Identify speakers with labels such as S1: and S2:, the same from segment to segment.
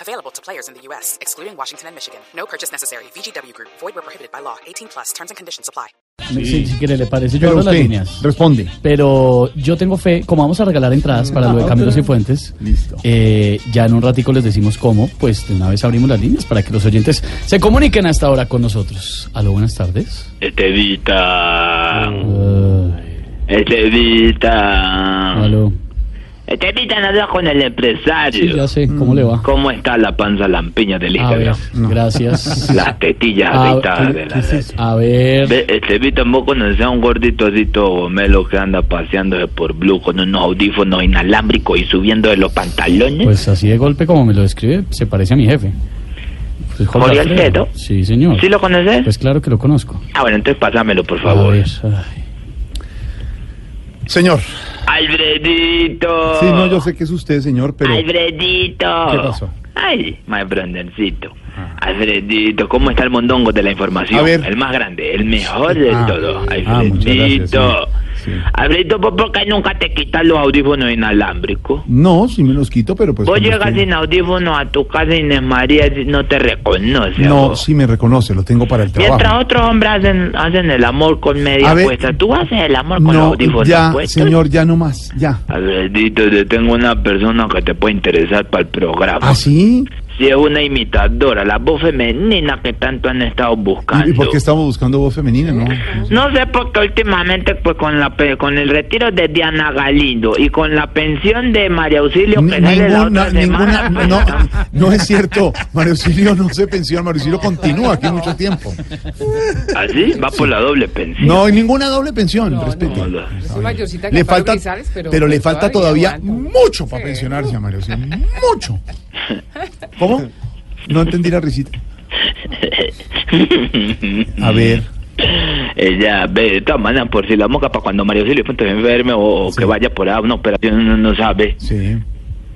S1: Available to players in the U.S., excluding Washington and Michigan. No purchase necessary. VGW Group, void were prohibited by law. 18 plus terms and conditions apply.
S2: Si- Si quiere, le parece, yo
S3: Pero
S2: abro
S3: usted
S2: las líneas.
S3: responde.
S2: Pero yo tengo fe, como vamos a regalar entradas para lo de Camilo Cifuentes,
S3: Ah, Listo.
S2: eh, ya en un ratico les decimos cómo, pues de una vez abrimos las líneas para que los oyentes se comuniquen hasta ahora con nosotros. Aló, buenas tardes.
S4: Este Estevita.
S2: Mm.
S4: Mm.
S2: Ay,
S4: Este Estevita.
S2: aló.
S4: Mm. Estevita nos habla con el
S2: Sí,
S4: empresario.
S2: ya sé, ¿cómo
S3: Mm.
S2: le va?
S4: ¿Cómo está la panza lampiña del
S2: A ver,
S4: Instagram?
S2: gracias.
S4: Las tetillas
S2: Ah,
S4: aceitadas
S2: ¿qué-
S4: de la
S2: qué es eso? A ver,
S4: Ve, Estevita, vos conocés a un gordito así todo gomelo que anda paseándose por Blue con unos audífonos inalámbricos y subiendo de los pantalones.
S2: pues así de golpe como me lo describe, se parece a mi jefe. Pues,
S4: ¿Jorge
S2: Alfredo.
S4: Alfredo?
S2: Sí, señor.
S4: ¿Sí lo conoces?
S2: Pues claro que lo conozco.
S4: Ah, bueno, entonces pásamelo, por
S2: A
S4: favor.
S2: ver, ah. ay.
S3: Señor.
S4: Alfredito.
S3: Sí, no, yo sé que es usted, señor, pero
S4: Alfredito.
S3: ¿Qué pasó? Ah.
S4: Ay, my brothercito. Alfredito, ¿cómo está el mondongo de la información?
S3: A ver.
S4: El más grande, el mejor de
S3: Ah,
S4: todos.
S3: ah, muchas gracias, sí.
S4: Alfredito.
S3: Sí.
S4: Alfredito, ¿por por qué nunca te quitas los audífonos inalámbricos?
S3: no, sí me los quito, pero pues
S4: Vos
S3: como
S4: llegas
S3: usted-
S4: sin audífonos a tu casa y Inés María no te reconoce. a
S3: No,
S4: vos.
S3: sí me reconoce, lo tengo para el trabajo.
S4: Mientras otros hombres hacen, hacen el amor con media
S3: A ver.
S4: puesta, tú haces el amor con los
S3: No,
S4: audífonos
S3: ya,
S4: puestos.
S3: señor, ya no más, ya.
S4: Alfredito, te tengo una persona que te puede interesar para el programa.
S3: ¿Ah, sí?
S4: Si es una imitadora, la voz femenina que tanto han estado
S3: ¿Y,
S4: buscando.
S3: y por qué estamos buscando voz femenina, no?
S4: No sé por qué últimamente pues con la pe- con el retiro de Diana Galindo y con la pensión de María Auxilio
S3: Ni-
S4: que sale la otra
S3: Ninguna,
S4: semana,
S3: ninguna,
S4: pues,
S3: no, no es cierto. Mario Auxilio no se pensiona, Mario Auxilio continúa aquí mucho tiempo.
S4: así ¿Ah, va por la doble pensión.
S3: No, y ninguna doble pensión, respete.
S4: No, no.
S5: Es mayorcita que
S3: Le
S5: Pablo
S3: falta,
S5: Grisales,
S3: pero, le falta todavía
S5: aguanta.
S3: mucho para
S5: Sí.
S3: pensionarse a Mario Auxilio, mucho. ¿Cómo? No entendí la risita. A ver.
S4: Ella ve de todas maneras por si la moca para cuando María Auxilio pues, esté enferme o, o que vaya por a una operación uno no sabe
S3: Sí.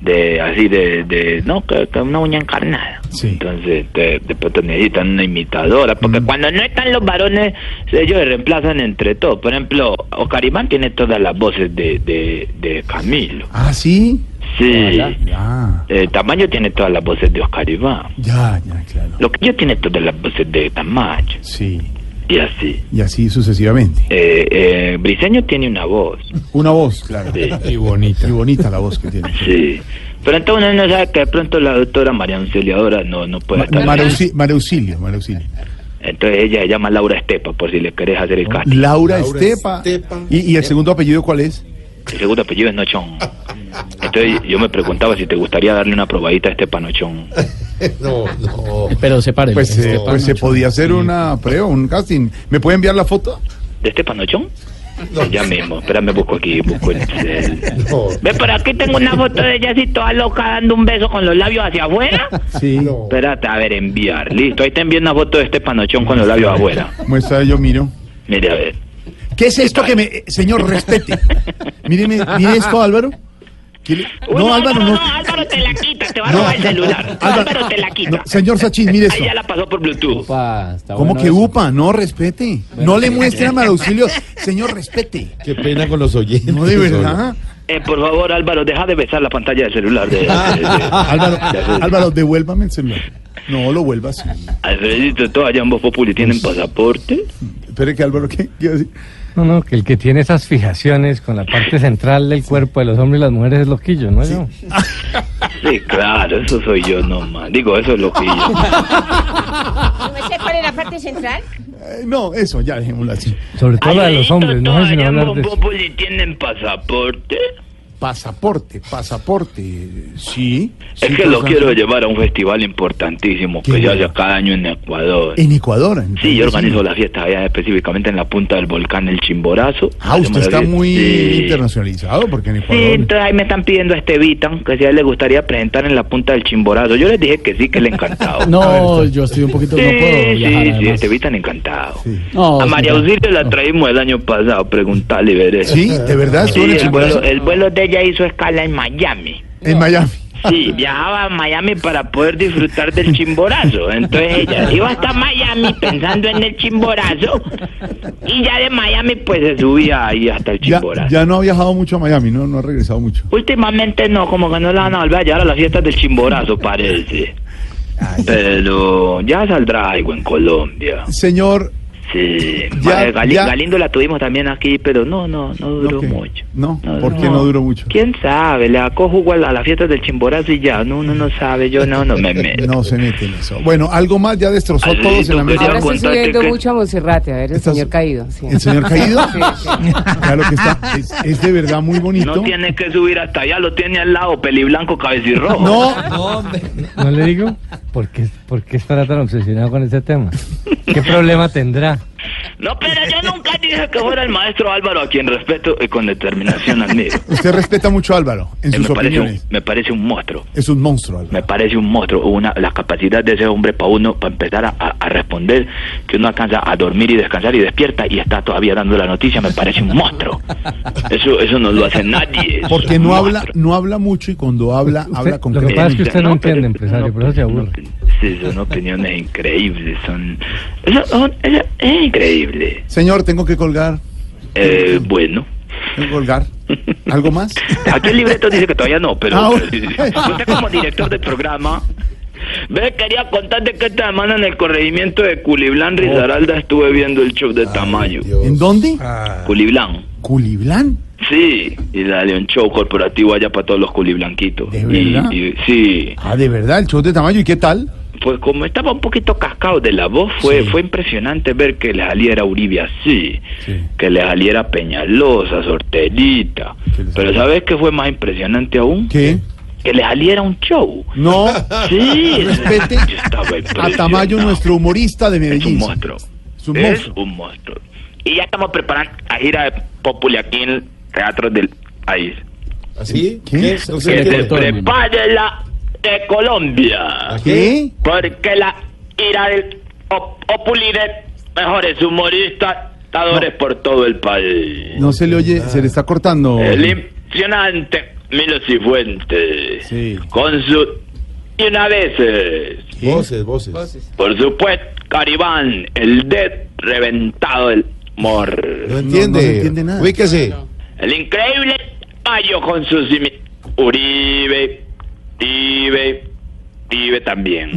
S4: de así de, de no que, que una uña encarnada
S3: Sí. Mm.
S4: entonces te, después te necesitan una imitadora porque cuando no están los varones ellos se reemplazan entre todos por ejemplo Ocarimán tiene todas las voces de, de, de Camilo
S3: Ah, sí.
S4: sí
S3: Ya,
S4: Eh, Tamayo tiene todas las voces de Oscar Iván.
S3: ya, ya, claro.
S4: Lo que yo tiene todas las voces de Tamayo.
S3: Sí.
S4: Y así.
S3: Y así sucesivamente.
S4: Eh, eh, Briseño tiene una voz.
S3: Una voz, claro.
S4: Sí.
S3: Y bonita. Y bonita la voz que tiene.
S4: Sí. Pero entonces uno no sabe que de pronto la doctora María Auxiliadora no, no puede
S3: Ma-
S4: estar.
S3: Mario Auxi- Mario Auxilio, Mario Auxilio.
S4: Entonces ella se llama Laura Estepa, por si le querés hacer el casting.
S3: Laura, Estepa. ¿Y, y el segundo apellido cuál es?
S4: El segundo apellido es Nochón. Entonces yo me preguntaba si te gustaría darle una probadita a Estepa Nochón.
S2: pero separe. este,
S3: Pues, eh, pues se podía hacer una prueba, un casting. ¿Me puede enviar la foto?
S4: ¿De Estepa Nochón? Ya mismo, espérame, busco aquí, busco el... el- Ve, por aquí tengo una foto de ella así toda loca dando un beso con los labios hacia afuera.
S3: Sí.
S4: Espérate, a ver, enviar. Listo, ahí te envío una foto de Estepa Nochón con los labios afuera.
S3: Muestra, yo miro.
S4: Mire, a ver.
S3: ¿Qué es esto que me... eh, Señor, respete. Míreme, mire esto, Álvaro. ¿Qué le-
S4: Uy,
S3: No, Álvaro, no.
S4: Álvaro te la quita, te va a
S3: No,
S4: robar el celular.
S3: Álvaro,
S4: Álvaro te la quita.
S3: no, señor Sachin, mire
S4: Ahí
S3: esto.
S4: ya la pasó por Bluetooth.
S3: ¿Cómo que UPA? No, respete. No le muestre a Mario Auxilio. Señor, respete.
S6: Qué pena con los oyentes.
S3: No, de verdad.
S4: Eh, por favor, Álvaro, deja de besar la pantalla del celular. De, de- de-
S3: Álvaro,
S4: de- de-
S3: Álvaro, devuélvame el celular. No lo vuelvas.
S4: Alfredito, todos allá en Voz Populi tienen
S3: Pues-
S4: pasaporte.
S3: Espere que Álvaro, ¿qué? ¿Qué iba a decir?
S7: No, no, que el que tiene esas fijaciones con la parte central del cuerpo de los hombres y las mujeres es loquillo, ¿no? Yo?
S4: Sí, claro, eso soy yo nomás. Digo, eso es lo que yo.
S8: ¿No sé cuál es la parte central?
S3: Eh, No, eso, ya dejémoslo así.
S7: Sobre todo la de los
S4: Alfredito,
S7: hombres, no
S4: todos
S7: sé si no
S4: allá en
S7: hablar
S4: Voz
S7: de eso.
S4: Populi tienen pasaporte.
S3: Pasaporte, pasaporte. Sí.
S4: Es
S3: sí,
S4: que lo
S3: Causa-
S4: quiero llevar a un festival importantísimo que
S3: ¿Qué? pues
S4: se hace cada año en Ecuador.
S3: En Ecuador. en
S4: Sí, yo
S3: País
S4: organizo
S3: Vecino.
S4: la fiesta allá específicamente en la punta del volcán El Chimborazo.
S3: Ah, usted
S4: Hacemos la
S3: está
S4: fiesta.
S3: muy
S4: Sí.
S3: internacionalizado porque en
S4: Sí,
S3: Ecuador.
S4: entonces ahí me están pidiendo a Estevitan que si a él le gustaría presentar en la punta del Chimborazo. Yo les dije que sí, que le encantado.
S2: No,
S3: este.
S2: yo estoy un poquito.
S4: Sí,
S2: no puedo viajar.
S4: sí, sí,
S2: además.
S4: Estevitan encantado.
S2: No,
S4: a María
S2: señor.
S4: Auxilio la traímos el año pasado, preguntarle y veré.
S3: Sí, de verdad,
S4: Sí,
S3: estuvo en el
S4: el,
S3: Chimborazo,
S4: vuelo, el vuelo de ella hizo escala en Miami.
S3: en Miami.
S4: Sí, viajaba a Miami para poder disfrutar del chimborazo. Entonces ella iba hasta Miami pensando en el chimborazo y ya de Miami pues se subía ahí hasta el
S3: Ya,
S4: chimborazo.
S3: ya no ha viajado mucho a Miami, no, no ha regresado mucho.
S4: Últimamente no, como que no la van a volver a llevar a las fiestas del chimborazo parece. Pero ya saldrá algo en Colombia.
S3: Señor.
S4: Sí,
S3: Ya,
S4: Madre, Gali-
S3: ya.
S4: Galindo la tuvimos también aquí, pero no, no, no duró
S3: ¿no qué?
S4: mucho.
S3: No, ¿por qué no duró mucho?
S4: ¿Quién sabe? Le sacó jugo a la- a las fiestas del Chimborazo y ya. No, uno no sabe. Yo no, no me meto.
S3: No se mete en eso. Bueno, algo más ya destrozó
S4: Alfredito,
S3: todos en la
S4: quería
S5: Ahora
S3: mesa.
S5: estoy
S4: contarte
S5: subiendo
S4: que-
S5: mucho a Monserrate, a ver, el
S3: Estás-
S5: señor caído. sí.
S3: ¿El señor caído? Claro que está. Es, es de verdad muy bonito.
S4: No tiene que subir hasta allá, lo tiene al lado, peliblanco, cabecirrojo.
S3: No,
S7: ¿No le digo? ¿Por qué, por qué estará tan obsesionado con ese tema? ¿Qué problema tendrá?
S4: No, pero yo nunca dije que fuera el maestro Álvaro, a quien respeto y con determinación admiro.
S3: usted respeta mucho a Álvaro en
S4: Eh,
S3: sus
S4: me, parece un,
S3: opiniones.
S4: me parece un monstruo.
S3: Es un monstruo, Álvaro.
S4: Me parece un monstruo. Una, la capacidad de ese hombre para uno, para empezar a, a- a responder, que uno alcanza a dormir y descansar y despierta y está todavía dando la noticia, me parece un monstruo. Eso, eso no lo hace nadie. eso
S3: Porque
S4: es
S3: no
S4: un
S3: habla,
S4: monstruo.
S3: no habla mucho y cuando habla, habla
S7: lo que pasa es que
S3: concretamente.
S7: usted no entiende,
S4: pero-
S7: empresario, por eso se
S4: pero-
S7: aburre.
S4: no, sí, son opiniones increíbles, son... eso- son- eso es increíble.
S3: Señor, tengo que colgar.
S4: Eh, bueno.
S3: Tengo que colgar. ¿Algo más?
S4: Aquí el libreto dice que todavía no, pero
S3: Ah, bueno.
S4: usted como director del programa... Ve, quería contarte que esta semana en el corregimiento de Culiblán, Rizaralda, estuve viendo el show de Tamayo.
S3: ¿En dónde?
S6: Ah.
S4: Culiblán.
S3: Culiblán.
S4: Sí, y dale un show corporativo allá para todos los culiblanquitos.
S3: ¿De
S4: Y-
S3: verdad?
S4: y- sí,
S3: Ah, de verdad, el show de tamaño. ¿Y qué tal?
S4: Pues como estaba un poquito cascado de la voz, fue fue impresionante ver que le saliera Uribe así,
S3: Sí.
S4: que le saliera Peñalosa, Sorterita.
S3: Que le
S4: Pero
S3: saliera-
S4: ¿sabes qué fue más impresionante aún?
S3: ¿Qué?
S4: Que le saliera un show.
S3: No.
S4: Sí,
S3: Respete
S4: yo
S3: A
S4: estaba
S3: Tamayo,
S4: impresionado.
S3: nuestro humorista de
S4: Es un
S3: Medellín.
S4: monstruo.
S3: Es un
S4: Es
S3: monstruo.
S4: un monstruo. Y ya estamos preparando a gira de Populi aquí en el Teatro del País.
S6: ¿Así?
S3: ¿Qué?
S6: ¿Qué? No sé
S4: Que
S6: qué.
S4: se
S2: cortó, hermano.
S4: prepare la de Colombia.
S3: ¿Qué?
S4: Porque la ira del op- Opuli de mejores humoristas, dadores por todo el país.
S3: No se le oye, se le está cortando.
S4: El impresionante Milo Cifuentes.
S3: Sí.
S4: Con su. Y una vez.
S6: Voces, voces.
S4: Por supuesto, Caribán, el dead reventado del
S6: No
S4: mor.
S6: entiende.
S3: no se entiende nada.
S6: Ubíquese.
S4: El increíble Mayo con sus. imi- Uribe, Uribe, Uribe también.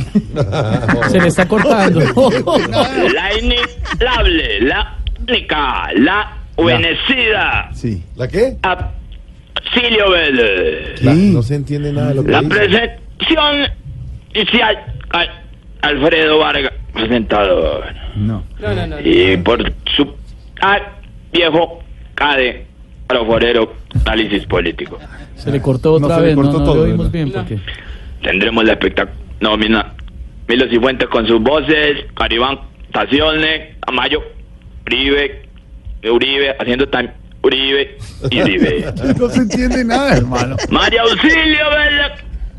S6: Ah,
S2: Se le está cortando.
S4: La inigualable, la única, la venecida.
S3: Sí.
S6: ¿La qué?
S4: a Silio Vélez.
S6: La-
S3: Sí.
S6: no se entiende nada de lo que
S4: La
S6: dice.
S4: presentación inicial a Alfredo Vargas, presentador.
S3: No.
S5: No, no, no. no.
S4: Y por su al viejo Cade, forero análisis político.
S2: Se le cortó
S3: No,
S2: otra
S3: se le
S2: vez.
S3: cortó
S2: no, no
S3: todo,
S2: lo oímos
S3: ¿verdad?
S2: bien. porque-
S4: Tendremos la espectacular nómina. Milo Cifuentes con sus voces, Caribán Taciones, Amayo, Uribe, Uribe, haciendo tan Uribe y Uribe.
S3: No se entiende nada, hermano.
S4: María Auxilio ¿verdad?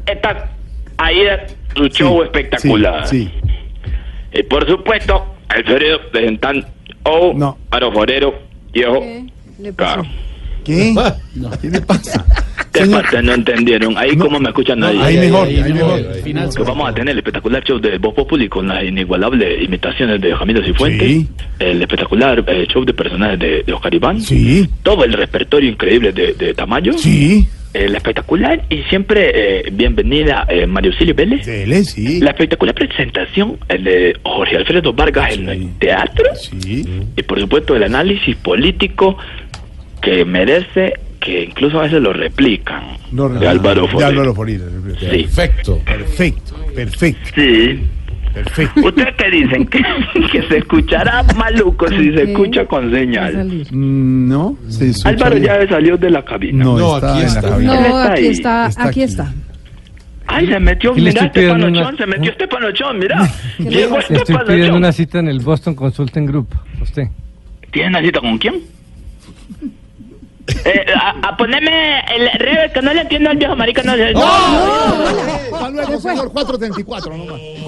S4: está ahí de su show
S3: Sí,
S4: espectacular.
S3: Sí. sí.
S4: Y por supuesto, Alfredo presentando o
S3: No.
S4: Aro Forero, viejo.
S5: ¿Qué le pasó?
S4: Claro.
S3: ¿Qué?
S6: Ah.
S3: ¿Qué le pasa?
S4: ¿Qué
S3: Señor-
S4: pasa? No entendieron. Ahí como me escuchan
S3: No,
S4: ahí.
S3: ahí mejor,
S2: ahí,
S3: ahí
S2: no,
S3: mejor.
S2: al final
S4: Que vamos a tener el espectacular show de Voz Populi con las inigualables imitaciones de Camilo Cifuentes,
S3: Sí.
S4: el espectacular eh, show de personajes de, de Oscar Iván,
S3: Sí.
S4: todo el repertorio increíble de, de Tamayo,
S3: Sí.
S4: el espectacular y siempre eh, bienvenida eh, María Auxilio Vélez.
S3: Dele, sí.
S4: La espectacular presentación eh, de Jorge Alfredo Vargas en el teatro
S3: Sí.
S4: y por supuesto el análisis político que merece que incluso a veces lo replican
S3: No, no,
S4: de Álvaro
S3: De
S4: Forero.
S3: Álvaro Forero.
S4: Sí.
S6: Perfecto.
S3: Perfecto, perfecto.
S4: Sí.
S3: Perfecto.
S4: ¿Ustedes qué dicen? ¿Que, que se escuchará maluco si se escucha con señal.
S5: salir.
S3: Mm, No, se escucha
S4: Álvaro
S3: bien.
S4: ya salió de la cabina.
S3: No,
S6: No,
S3: está
S6: aquí
S3: en la
S6: está.
S3: cabina.
S4: Él
S5: No,
S4: está
S5: aquí
S4: ahí,
S5: está,
S3: está
S5: aquí
S3: aquí.
S5: está.
S4: Ay, se metió,
S7: Y le
S4: mira,
S7: estoy pidiendo
S4: Estepanochón,
S7: una-
S4: se metió Estepanochón, mira.
S5: ¿Qué le
S4: Llegó este
S5: hace?
S7: Le estoy pidiendo
S4: Estepanochón.
S7: una cita en el Boston Consulting Group. Usted.
S4: ¿Tienes una cita con quién? Eh, a, a ponerme el rebe,
S7: ¡Oh!
S4: que no le entiendo al viejo marica, no le...
S3: Hasta luego, señor. 434 nomás.